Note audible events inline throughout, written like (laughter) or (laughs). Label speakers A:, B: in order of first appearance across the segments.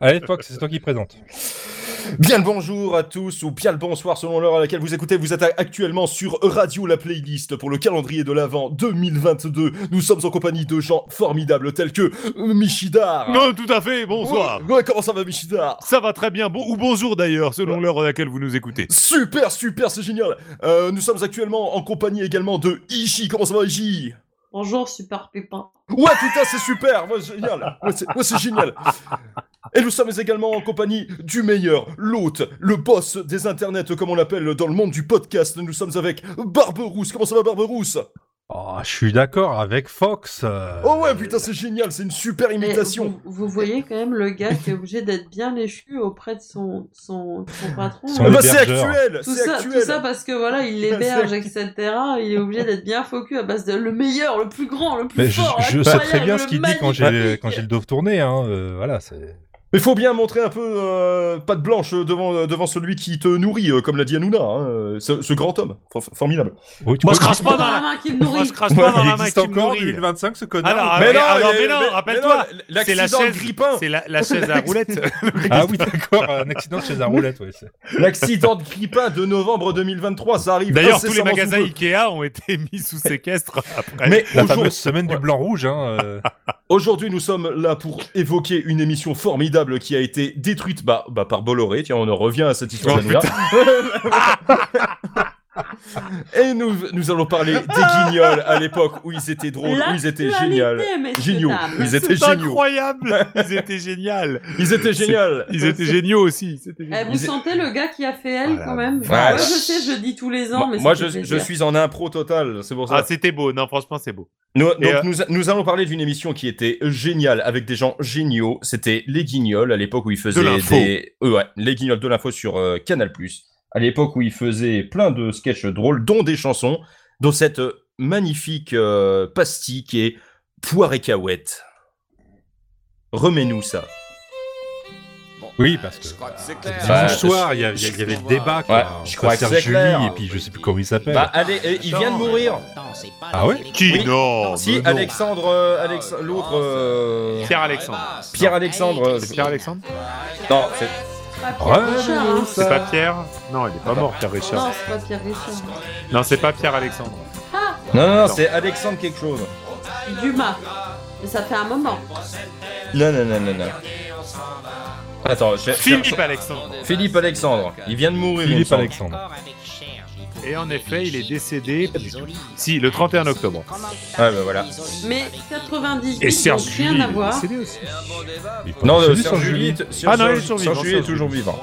A: Allez, Fox, c'est toi qui présente.
B: Bien le bonjour à tous, ou bien le bonsoir selon l'heure à laquelle vous écoutez. Vous êtes actuellement sur Radio La Playlist pour le calendrier de l'Avent 2022. Nous sommes en compagnie de gens formidables tels que euh, Michidar.
C: Non, tout à fait, bonsoir.
B: Ouais, ouais, comment ça va, Michidar
C: Ça va très bien, bon, ou bonjour d'ailleurs, selon l'heure à laquelle vous nous écoutez.
B: Super, super, c'est génial. Euh, nous sommes actuellement en compagnie également de Ishi. Comment ça va, Ishi
D: Bonjour, super pépin.
B: Ouais, putain, c'est super, ouais, génial. Ouais, c'est ouais, c'est génial. Et nous sommes également en compagnie du meilleur, l'hôte, le boss des internets, comme on l'appelle dans le monde du podcast. Nous sommes avec Barberousse. Comment ça va, Barberousse
A: Oh, je suis d'accord avec Fox. euh,
B: Oh ouais, putain, c'est génial, c'est une super
D: Mais
B: imitation.
D: Vous, vous voyez quand même le gars qui est obligé d'être bien léchu auprès de son, son, son patron.
A: Son
C: Eh,
B: Ah bah, c'est
A: hébergeur.
B: actuel,
D: tout,
B: c'est
D: ça, tout
B: actuel.
D: ça bah- parce que voilà, il l'héberge, etc. Il est obligé d'être bien focus à base de le meilleur, le plus grand, le plus
A: Mais je,
D: fort.
A: je sais
D: incroyable,
A: très bien ce
D: le
A: qu'il dit quand j'ai
D: magnifique.
A: quand j'ai le dos tourné. Hein. euh, voilà, c'est.
B: Mais faut bien montrer un peu euh, patte blanche euh, devant, euh, devant celui qui te nourrit, euh, comme l'a dit Hanouna, hein, euh, ce, ce grand homme, For- formidable.
A: Oui, tu
C: Moi,
A: peux-
C: je crache
D: Dans
C: pas dans
D: la
C: la...
D: main qui me
C: Moi,
D: nourrit.
C: je crache pas dans
A: Il
C: la main
A: existe
C: qui me
A: encore en
C: nourrit.
A: 2025 ce
C: Alors,
A: connard.
C: ah,
B: Mais
C: mais-
B: non,
C: ah, non,
B: mais-
C: mais non,
B: mais-
C: rappelle-toi,
B: mais non,
C: C'est la
B: l'accident de
C: chaise
B: Grippin.
C: C'est la, la chaise à roulette.
A: Ah oui, d'accord, un accident chez un roulette. Ouais, c'est-
B: L'accident de Grippin de novembre 2023, ça arrive.
C: (laughs) D'ailleurs, tous les
B: incessamment sous
C: magasins
B: peu.
C: Ikea ont été mis sous séquestre après.
B: Mais
A: La
B: aujourd'hui-
A: fameuse semaine du blanc-rouge. Hein, euh,
B: (laughs) Aujourd'hui, nous sommes là pour évoquer une émission formidable qui a été détruite bah, bah, par Bolloré. Tiens, on en revient à cette histoire.
C: Oh,
B: d'Anouna. (laughs) Et nous, nous allons parler des guignols à l'époque où ils étaient drôles, où ils étaient géniaux. Géniaux. Ils étaient
C: C'est
B: géniaux.
C: incroyable Ils étaient géniaux
B: Ils étaient géniaux.
C: Ils étaient géniaux aussi. c'était génial.
D: Eh, vous sentez le gars qui a fait elle
C: Voilà.
D: quand même
B: Voilà.
D: Moi je sais, je dis tous les ans,
B: Moi,
D: mais
B: moi,
D: ça
B: je,
D: fait
B: je
D: plaisir.
B: suis en impro total, c'est pour ça.
C: Ah, c'était beau. Non, franchement, c'est beau.
B: Nous- donc
C: euh,
B: nous, nous allons parler d'une émission qui était géniale avec des gens géniaux. C'était les Guignols à l'époque où ils faisaient
C: De l'info.
B: des euh, ouais, les Guignols de l'info sur euh, Canal+. À l'époque où ils faisaient plein de sketchs drôles, dont des chansons, dont cette euh, magnifique euh, pastille qui est Poire et Cahouette. Remets-nous ça.
A: oui, parce que.
E: Je crois que c'est
A: euh,
E: clair.
A: Dimanche
B: Ouais,
A: soir, il y, a- il y a- il y avait le débat. Quoi,
B: Ouais,
A: entre
B: je crois que
A: Serge
B: c'est
A: Julie
B: clair.
A: et puis je sais plus comment il s'appelle.
B: Bah allez, eh, il vient de mourir.
A: Ah ouais
C: Qui
B: Oui.
C: Non
B: Si
C: mais non.
B: Alexandre, euh, Alex- l'autre euh,
C: Pierre-Alexandre.
B: Pierre Alexandre. euh,
C: C'est Pierre-Alexandre
B: Non, c'est
D: Pas Pierre Richard, hein.
C: C'est pas Pierre Non, il est pas mort, Pierre Richard.
D: Non, c'est pas Pierre Richard.
C: Non, c'est pas Pierre-Alexandre.
B: non, non, non, c'est Alexandre quelque chose.
D: Dumas. Mais ça fait un moment.
B: Non, non, non, non, non. Attends, je-
C: Philippe Alexandre.
B: Philippe Alexandre. Il vient de mourir. il me
A: Philippe
B: semble.
A: Alexandre.
C: Et en effet, il est décédé. Si, le 31 octobre.
B: Ah, bah voilà.
D: Mais 98,
C: Et Serge
D: donc
C: Julie,
D: rien à
C: il est
D: voir.
C: décédé aussi.
B: Non,
A: C'est
B: euh,
A: lui,
B: Sir
A: Serge
B: Julie,
A: Julie.
B: t- Sir-
C: Ah non, il est
B: Sir-
C: toujours
B: Sir
C: vivant,
B: Julie est
C: Sir
B: toujours vivant.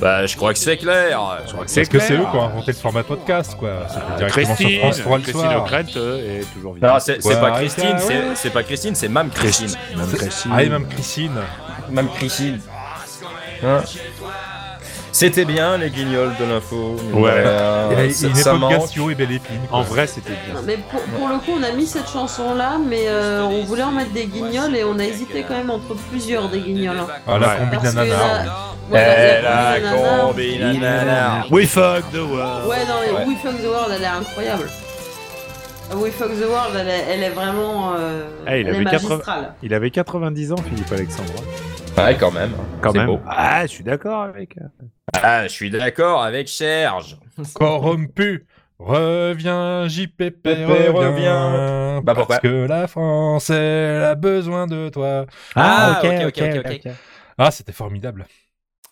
B: Bah, je crois que c'est clair.
A: Parce que c'est eux qui ont inventé le format podcast, quoi. C'était directement sur
C: Christine,
A: France 3 le
C: Christine
A: soir.
C: O'Krent euh, est toujours
B: Non,
C: vivante.
B: c'est
A: Ouais,
B: c'est pas
A: arrête,
B: Christine,
A: ouais.
B: c'est- c'est pas Christine, c'est Mme Christine.
A: Ah, et même Christine.
B: Mme Christine. Hein C'était bien les guignols de l'info.
C: Ouais.
A: Il y
B: Voilà,
A: a-
B: ça-
A: il n'est
B: ça
A: pas de
B: manque.
A: Gassio et Belle Épine. quoi.
C: En vrai, c'était bien.
D: Non, mais pour, pour le coup, on a mis cette chanson là, mais euh, on voulait en mettre des guignols et on a hésité quand même entre plusieurs des guignols. hein.
A: Ah, la
C: Ouais.
A: combine
D: Parce que
A: nanar.
D: la-
B: Eh,
D: ouais, la
B: la
D: combine nanar.
B: combine nanar.
C: We fuck the world.
D: Ouais, non, mais
B: Ouais.
D: We Fuck the World, elle est incroyable. We Fuck the World, elle est, elle est vraiment. euh,
C: Ah, il
D: elle est
C: avait 80
D: magistrale.
C: Il avait 90 ans, Philippe Alexandre.
B: Ouais, quand même.
C: Quand
B: C'est
C: même.
B: beau.
C: Ah, je suis d'accord avec.
B: Ah, je suis d'accord avec Serge.
A: Corrompu. Reviens, JPP,
B: reviens.
A: reviens.
B: Bah, pourquoi
A: parce que la France, elle a besoin de toi.
B: Ah, ok, ok, ok, ok.
A: Ah, c'était formidable.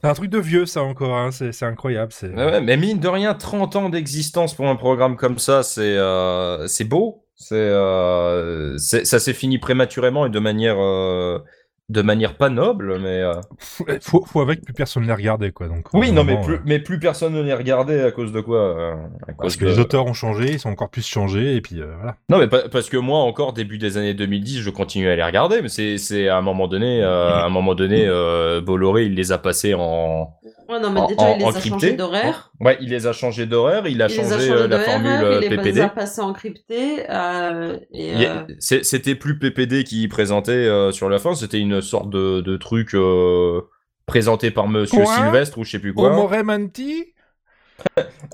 A: C'est un truc de vieux, ça, encore. hein. C'est c'est incroyable. c'est-
B: Ouais, ouais, mais mine de rien, 30 ans d'existence pour un programme comme ça, c'est euh, c'est beau. C'est euh, c'est- ça s'est fini prématurément et de manière euh, de manière pas noble, mais euh,
A: Faut- Faut, faut avec, plus personne ne les regardait, quoi. Donc,
B: oui, non, mais
A: vraiment,
B: plus
A: euh,
B: mais plus personne ne les regardait à cause de quoi euh, à
A: Parce
B: cause
A: que
B: de-
A: les auteurs ont changé, ils sont encore plus changés, et puis euh, voilà.
B: Non, mais pa- parce que moi encore début des années 2010, je continue à les regarder, mais c'est c'est à un moment donné, euh, à un moment donné, euh, Bolloré il les a passés en
D: Ouais, non, mais
B: en-
D: déjà,
B: en-
D: il les
B: en
D: a
B: crypté.
D: changés d'horaire.
B: ouais, il les a changés d'horaire, il a
D: Il les
B: changé
D: a
B: euh,
D: changés
B: la formule
D: d'horaire,
B: euh,
D: il les
B: PPD.
D: a passés en crypté. euh, et,
B: Il y a-
D: euh,
B: c'est- C'était plus PPD qui présentait euh, sur la fin, c'était une sorte de, de truc euh, présenté par Monsieur
A: Quoi
B: Sylvestre ou je sais plus quoi.
A: menti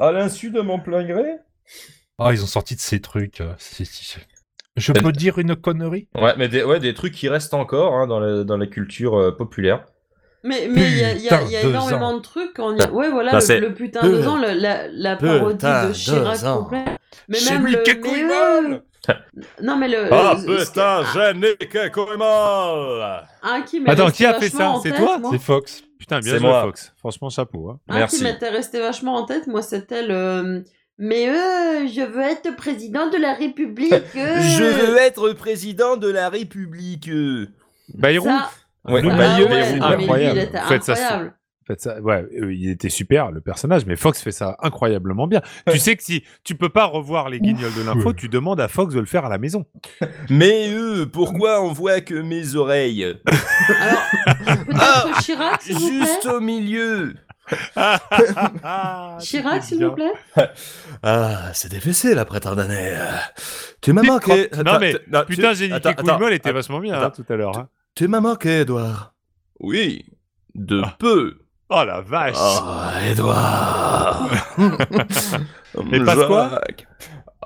B: À l'insu de mon plein gré
A: Ah, ils ont sorti de ces trucs. euh, c'est- c'est- Je
B: Ben,
A: peux dire une connerie
B: Ouais, mais des, ouais, des trucs qui restent encore hein, dans, la, dans la culture euh, populaire.
D: Mais mais il y a, il y a- il y a
A: Putain, deux
D: énormément
A: ans.
D: de trucs. Quand on y- Ouais, voilà,
B: Bah,
D: le,
B: c'est-
D: le putain de deux ans, le- la, la parodie
E: Putain,
D: de Chirac
E: deux ans.
D: complet. Mais
B: C'est
D: même
B: lui
D: le...
B: qui a couillé
D: mais,
B: mal.
D: euh, Non, mais le...
B: Ah,
D: le- ce que-
B: putain, j'aime les mal
D: Un qui m'est
C: Attends,
D: resté
C: qui a fait ça
D: vachement en
C: C'est
D: tête,
C: toi
D: moi.
A: C'est Fox.
C: Putain, bien
B: C'est
C: joué,
B: moi.
C: Fox. Franchement, chapeau. hein.
D: Un
B: Merci.
D: qui m'était resté vachement en tête, moi, c'était le... Mais euh, je veux être président de la
C: (laughs)
D: République. euh.
B: Je veux être président de la République.
C: Bayrou
D: Ça,
B: Ouais.
C: Le
D: ah
C: maillot,
D: ouais,
C: Bayrou,
D: mais lui,
C: incroyable.
D: il était
C: Faites ça,
D: incroyable.
C: Faites ça- ouais, euh, il était super le personnage, mais Fox fait ça incroyablement bien. tu sais que si tu peux pas revoir les guignols de l'info, tu demandes à Fox de le faire à la (laughs) maison.
B: Mais euh, pourquoi on voit que mes oreilles
D: Alors,
C: Ah,
D: peut-être Chirac, s'il vous plaît.
B: Juste au milieu.
C: Ah,
D: Chirac, s'il vous plaît.
E: Ah, c'est défaissé la prétardanère. Tu m'as
C: T'es
E: manqué.
C: crotte- non,
E: Attends,
C: mais
E: t'es- non, tu-
C: Putain, j'ai dit
E: attends,
C: que
E: attends,
C: Couille était
E: attends,
C: vachement bien hein, tout à l'heure. hein.
E: Tu m'as manqué, Edouard.
B: Oui, de peu.
C: Oh la vache
E: Oh, Edouard.
C: (laughs) Et Pasqua
B: (laughs) Jacques.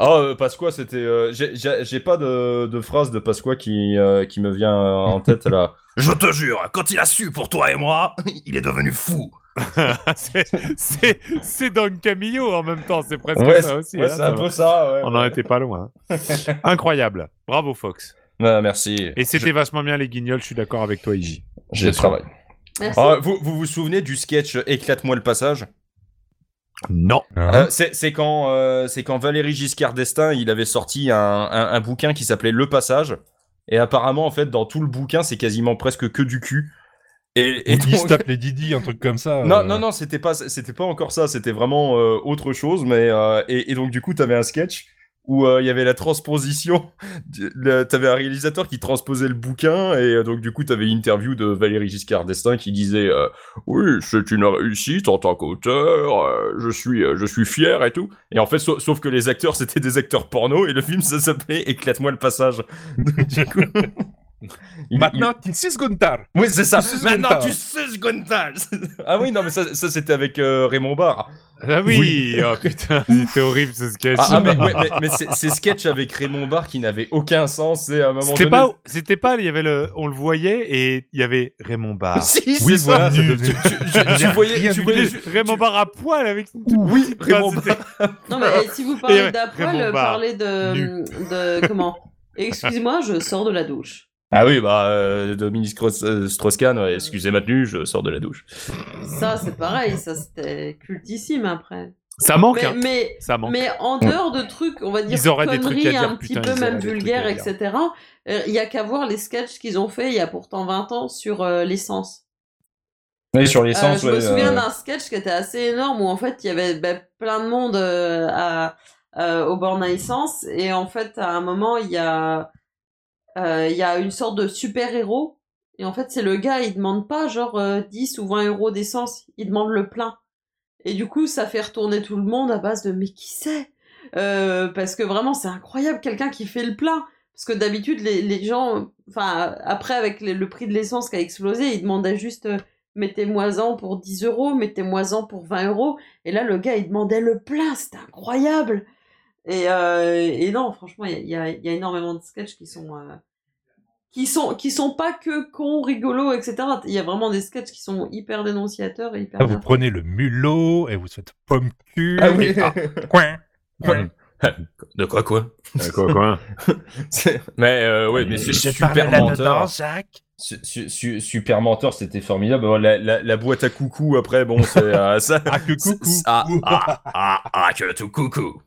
B: Ah, euh, Pasqua, c'était. euh, j'ai- J'ai j'ai pas de, de phrase de Pasqua qui, euh, qui me vient euh, en tête là.
E: Je te jure, quand il a su pour toi et moi, il est devenu fou.
C: (laughs) C'est- C'est c'est Don Camillo en même temps, c'est presque
B: Ouais,
C: ça
B: (laughs)
C: aussi.
B: Ouais,
C: hein,
B: c'est
C: ça
B: un
C: va.
B: peu ça, ouais.
C: On en était pas loin. hein.
B: (laughs)
C: Incroyable. Bravo Fox.
B: Ah, merci.
C: Et c'était vachement bien les guignols, je suis d'accord avec toi Iji.
B: J'ai travaillé.
D: Merci.
B: Ah, vous, vous vous souvenez du sketch Éclate-moi le passage
C: Non.
A: Ah.
B: Euh, c'est c'est quand, euh, c'est quand Valéry Giscard d'Estaing, il avait sorti un, un- un bouquin qui s'appelait Le Passage. Et apparemment, en fait, dans tout le bouquin, c'est quasiment presque que du cul. Et, et
A: Et
B: donc-
A: se tape les Didi, un truc comme ça.
B: Non,
A: euh,
B: non, non, c'était pas, c'était pas encore ça. C'était vraiment euh, autre chose. Mais euh, et, et donc du coup, t'avais un sketch où euh, il y avait la transposition. (laughs) du- le- T'avais un réalisateur qui transposait le bouquin et euh, donc du coup, t'avais l'interview de Valéry Giscard d'Estaing qui disait euh, oui, c'est une réussite en tant qu'auteur. euh, je suis, euh, je suis fier et tout. Et en fait, sa- sauf que les acteurs c'était des acteurs porno et le film ça s'appelait Éclate-moi le passage. (laughs) Donc, du coup, il- il-
A: Maintenant, tu sais Gunther.
B: oui, c'est ça.
A: sais ce
B: Maintenant,
A: Gontard.
B: tu sais ce Gontard. (laughs) ah oui, non, mais ça, ça, c'était avec euh, Raymond Barre.
C: Ah oui,
B: (laughs)
C: Oh putain, c'était horrible ce sketch.
B: Ah, ah, mais, ouais, mais, mais ces- ces sketchs avec Raymond Barre qui n'avaient aucun sens, c'est à un moment
C: C'était
B: donné.
C: pas, c'était pas, il y avait le, on le voyait et il y avait Raymond Barre.
B: Si,
A: Oui,
B: (laughs) c'est ça.
A: voilà, ça devient-
B: Tu voyais, tu
C: Tu voyais
B: voyais.
C: ju- Raymond Barre à poil avec une toute
B: Oui,
C: petite-
B: Raymond
C: Ah, c'était- (laughs)
D: Non, mais et si vous
C: Et ouais,
D: parlez d'Apoil,
C: Raymond Barre,
D: parlez de.
C: nu. (laughs)
D: de comment Excusez-moi, je sors de la douche.
B: Ah oui, bah, euh, Dominique Strauss- euh, Strauss-Kahn, ouais, excusez ma tenue, je sors de la douche.
D: Ça, c'est pareil, ça c'était cultissime après.
C: Ça manque,
D: Mais,
C: hein.
D: mais,
C: ça manque.
D: mais en dehors de trucs, on va dire
C: Ils auraient des
D: conneries
C: trucs à dire,
D: un
C: putain,
D: petit peu,
C: ils
D: même
C: auraient des
D: vulgaires,
C: trucs à dire.
D: etc., euh, il y a qu'à voir les sketchs qu'ils ont fait il y a pourtant 20 ans sur euh, l'essence.
B: Oui, sur les
D: Euh,
B: sens,
D: je
B: ouais,
D: me souviens
B: euh,
D: d'un sketch qui était assez énorme où en fait il y avait ben, plein de monde euh, à, euh, au bornes à essence et en fait à un moment il y a euh, il y a une sorte de super héros et en fait c'est le gars il demande pas genre euh, 10 ou 20 euros d'essence il demande le plein et du coup ça fait retourner tout le monde à base de mais qui c'est Euh, parce que vraiment c'est incroyable quelqu'un qui fait le plein parce que d'habitude les, les gens enfin après avec les- le prix de l'essence qui a explosé ils demandaient juste euh, mettez-moi-en pour 10 euros, mettez-moi-en pour 20 euros. Et là, le gars, il demandait le plein, c'était incroyable. Et, euh, et non, franchement, il y a, il y a- il y a énormément de sketchs qui sont, euh, qui sont, qui sont pas que cons, rigolos, etc. Il y a vraiment des sketchs qui sont hyper dénonciateurs et hyper.
A: Là, Ah, vous
D: bien.
A: prenez le mulot et vous faites pomme cul.
B: Ah
A: (laughs)
B: oui.
A: et- ah, coin. coin.
E: De quoi, quoi
A: hein?
B: c'est- mais euh, ouais, mais c'est
A: Je
B: super
A: parle là-dedans,
B: menteur.
A: Jacques.
B: Su- su- su- super menteur, c'était formidable. Bon, La, la- la boîte à coucou après, bon, c'est euh, ça.
A: Ah que coucou.
B: C'est- ah,
E: Ah, ah, ah, que tout coucou.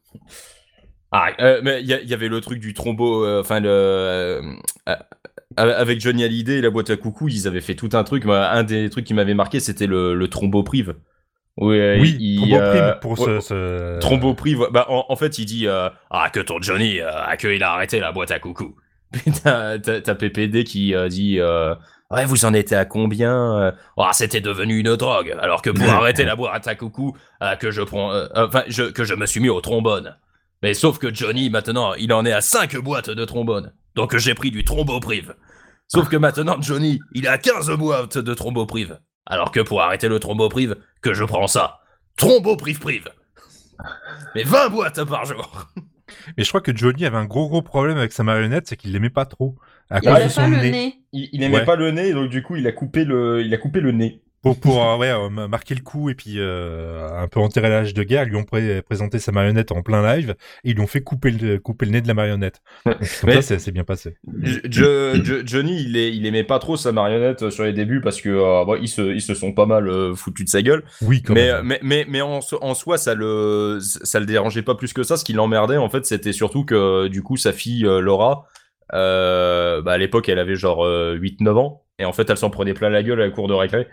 B: Ah, euh, mais il y, a- il y avait le truc du trombo, euh, enfin le euh, euh, avec Johnny Hallyday et la boîte à coucou, ils avaient fait tout un truc. Moi, un des trucs qui m'avait marqué, c'était le, le trombo prive. ah,
A: Oui,
B: euh,
A: tromboprime pour ce. ce-
B: Trombo prive. Bah, en, en fait, il dit euh,
E: Ah, que ton Johnny, euh, ah, que il a arrêté la boîte à coucou. (laughs)
B: T'as t'as- t'as PPD qui euh, dit euh, Ouais, vous en étiez à combien euh
E: Ah, c'était devenu une drogue. Alors que pour arrêter la boîte à coucou, ah, que je prends, euh, euh, enfin, je, que je me suis mis au trombone. Mais sauf que Johnny, maintenant, il en est à 5 boîtes de trombone. Donc j'ai pris du tromboprive. Sauf que maintenant, Johnny, il a 15 boîtes de tromboprive. Alors que pour arrêter le tromboprive, que je prends ça. Tromboprive-prive. Mais 20 boîtes par jour.
A: Mais je crois que Johnny avait un gros gros problème avec sa marionnette, c'est qu'il l'aimait pas trop. à
D: Il
A: cause
D: avait
A: de
D: pas
A: son
D: le
A: nez.
D: nez.
B: Il, il aimait
A: Ouais.
B: pas le nez, et donc du coup, il a coupé le, il a coupé le nez.
A: Pour, pour euh, ouais, euh, ma- marquer le coup et puis euh, un peu enterrer l'âge de guerre, ils lui ont pré- présenté sa marionnette en plein live et ils lui ont fait couper le, couper le nez de la
B: (laughs)
A: marionnette. Donc, Comme
B: Mais-
A: ça, c'est- c'est bien passé.
B: Je- je- je- Johnny, il, est- il aimait pas trop sa marionnette euh, sur les débuts parce que euh, bon, ils, se, ils se sont pas mal euh, foutus de sa gueule.
A: Oui, quand
B: Mais, euh,
A: même.
B: mais, mais, mais en, so- en soi, ça le, ça le dérangeait pas plus que ça. Ce qui l'emmerdait, en fait, c'était surtout que du coup, sa fille euh, Laura, euh, bah, à l'époque, elle avait genre 8-9 ans. Et en fait, elle s'en prenait plein la gueule à la cour de récré.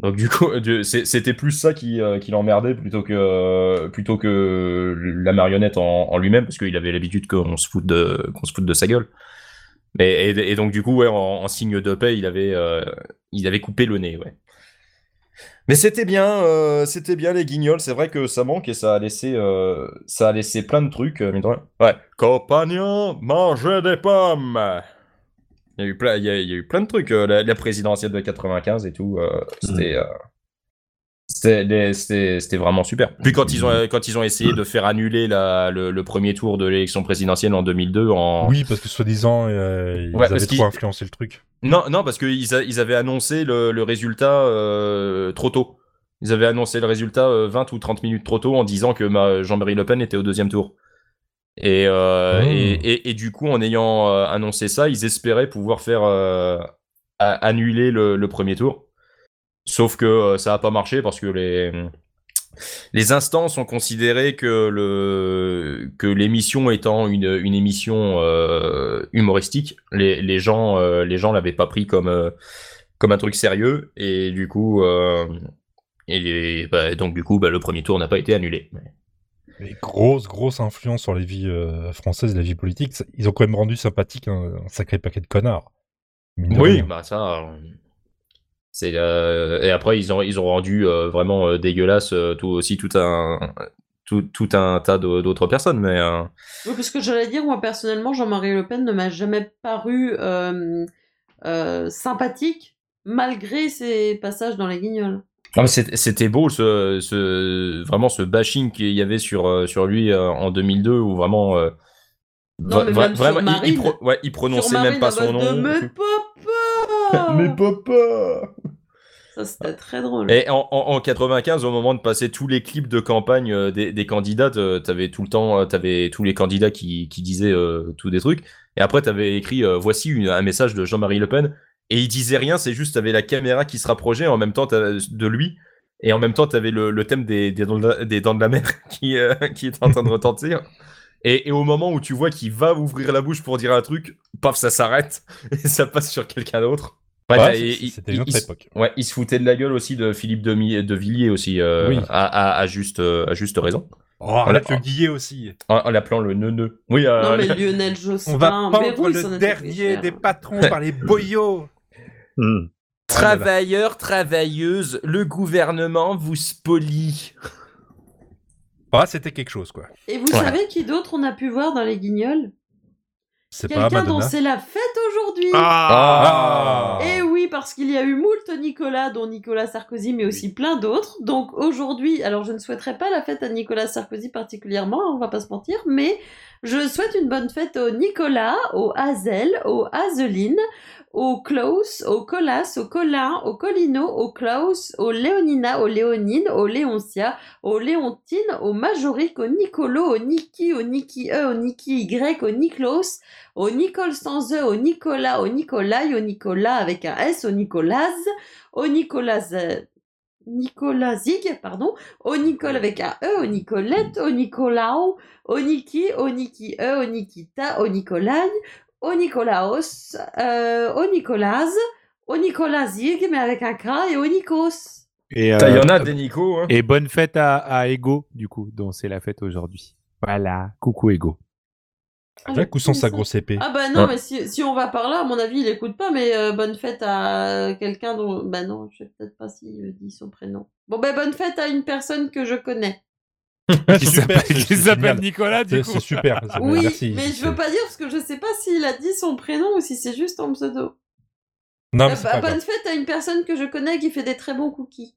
B: Donc, du coup, (laughs) du- c'est- c'était plus ça qui, euh, qui l'emmerdait plutôt que, euh, plutôt que la marionnette en, en lui-même, parce qu'il avait l'habitude qu'on se, foute de- qu'on se foute de sa gueule. Mais, et, et donc, du coup, ouais, en, en signe de paix, il avait, euh, il avait coupé le nez, ouais. Mais c'était bien, euh, c'était bien les guignols. C'est vrai que ça manque et ça a laissé, euh, ça a laissé plein de trucs. euh, mine de rien. Ouais. Compagnon, mangez des pommes. Il y a eu plein, il y a, il y a eu plein de trucs. euh, la, la présidentielle de 95 et tout. euh, c'était. euh, c'était des- C'était c'était vraiment super. Puis quand ils ont, euh, quand ils ont essayé de faire annuler la, le, le premier tour de l'élection présidentielle en 2002 en,
A: Oui, parce que soi-disant, euh, ils
B: euh, Ouais, parce
A: avaient
B: qu'il-
A: trop influencé le truc.
B: non, non, parce qu'ils a- ils avaient annoncé le, le résultat euh, trop tôt. Ils avaient annoncé le résultat euh, 20 ou 30 minutes trop tôt en disant que ma- Jean-Marie Le Pen était au deuxième tour. Et, euh,
A: Oh.
B: et, et- et du coup, en ayant euh, annoncé ça, ils espéraient pouvoir faire euh, a- annuler le, le premier tour. Sauf que euh, ça n'a pas marché parce que les, les instances ont considéré que le que l'émission étant une, une émission euh, humoristique, les, les gens euh, les gens l'avaient pas pris comme euh, comme un truc sérieux et du coup euh, et, bah, donc du coup bah, le premier tour n'a pas été annulé.
A: Mais grosse, grosse influence sur les vies euh, françaises, la vie politique. Ça- Ils ont quand même rendu sympathique un, un sacré paquet de connards. Mine de rien.
B: bah ça euh, c'est euh, et après ils ont ils ont rendu euh, vraiment euh, dégueulasse euh, tout aussi tout un tout, tout un tas d'au- d'autres personnes mais euh,
D: Oui, parce que j'allais dire, moi personnellement, Jean-Marie Le Pen ne m'a jamais paru euh, euh, sympathique, malgré ses passages dans les guignols.
B: Non, mais c'est- c'était beau, ce, ce- vraiment ce bashing qu'il y avait sur, euh, sur lui euh, en 2002, où vraiment. euh,
D: Non, mais même sur
B: il- il,
D: Marine.
B: pro- ouais,
A: Oh
B: il
D: Sur
B: prononçait
D: Marine,
B: même pas
D: à
B: son
D: base de
B: nom.
A: (laughs)
D: Mais papa
B: papa
D: Ça, c'était très drôle.
B: Et en, en, en 95, au moment de passer tous les clips de campagne euh, des, des candidats, euh, t'avais tout le temps, euh, t'avais tous les candidats qui, qui disaient euh, tout des trucs. Et après, t'avais écrit euh, voici une- un message de Jean-Marie Le Pen. Et il disait rien, c'est juste t'avais la caméra qui se rapprochait en même temps t'avais- de lui. Et en même temps, t'avais le, le thème des, des, dents de la, des dents de la mer (laughs) qui, euh, qui est en train de retentir. Et, et au moment où tu vois qu'il va ouvrir la bouche pour dire un truc, paf, ça s'arrête (laughs) et ça passe sur quelqu'un d'autre. Ouais,
A: Ouais,
B: t'as-
A: c'est-
B: bah, il-
A: C'était
B: il-
A: une autre
B: il-
A: époque.
B: Ouais, il se foutait de la gueule aussi de Philippe de, Mi- de Villiers aussi, euh,
A: Oui.
B: à, à- à juste, euh, à juste raison,
A: Oh, avec le Guillet aussi.
B: en, en l'appelant le neuneu. Oui, euh,
D: non, mais
B: (laughs) le-
D: Lionel Jospin,
A: On va
D: Bérou,
A: pendre
D: il s'en
A: le
D: était fait
A: dernier
D: faire.
A: des patrons par les boyaux.
C: Hmm.
B: Travailleurs, travailleuses, le gouvernement vous spolie.
A: Bah, c'était quelque chose, quoi.
D: Et vous
B: Ouais.
D: savez qui d'autre on a pu voir dans les guignols
A: C'est pas
D: Quelqu'un dont
A: Madonna.
D: c'est la fête aujourd'hui
A: Ah.
C: Ah,
D: Eh oui, parce qu'il y a eu moult Nicolas, dont Nicolas Sarkozy, mais aussi plein d'autres. Donc aujourd'hui, alors je ne souhaiterais pas la fête à Nicolas Sarkozy particulièrement, hein, on va pas se mentir, mais je souhaite une bonne fête au Nicolas, au Hazel, au Hazeline, au Klaus, au Colas, au Colin, au Colino, au Klaus, au Léonina, au Léonine, au Léoncia, au Léontine, au Majorique, au Nicolo, au Niki, au Niki E, au Niki Y, au Niklaus, au Nicole sans E, au Nicolas, au Nicolai, au Nicolas avec un S, au Nicolas, au Nicolas, euh, Nicolas Zig, pardon, au Nicole avec un E, au Nicolette, au Nicolao, au Niki, au Niki E, au Nikita, au Nicolai, au Nicolaos, euh, au Nicolas, au Nicolas Zig, mais avec un K, et au Nikos.
C: Et, euh,
B: Putain, Il y en a des Nico. Hein.
C: et bonne fête à, à Ego, du coup, dont c'est la fête aujourd'hui. Voilà. Coucou Ego.
A: Avec ou sans sa grosse épée
D: Ah bah non,
B: Ouais.
D: mais si, si on va par là, à mon avis, il écoute pas, mais euh, bonne fête à quelqu'un dont... Bah non, je sais peut-être pas s'il euh, dit son prénom. Bon bah bonne fête à une personne que je connais.
A: C'est (laughs)
C: Qui
A: super,
C: s'appelle-
A: c'est-
C: qui
A: c'est
C: s'appelle
A: génial.
C: Nicolas, du
A: C'est
C: coup.
A: c'est super. c'est-
D: oui,
A: Ah bah merci.
D: mais je veux pas dire parce que je sais pas s'il a dit son prénom ou si c'est juste en pseudo.
A: Non,
D: Ah
A: mais c'est
D: bah,
A: pas
D: bonne
A: grave.
D: fête à une personne que je connais qui fait des très bons cookies.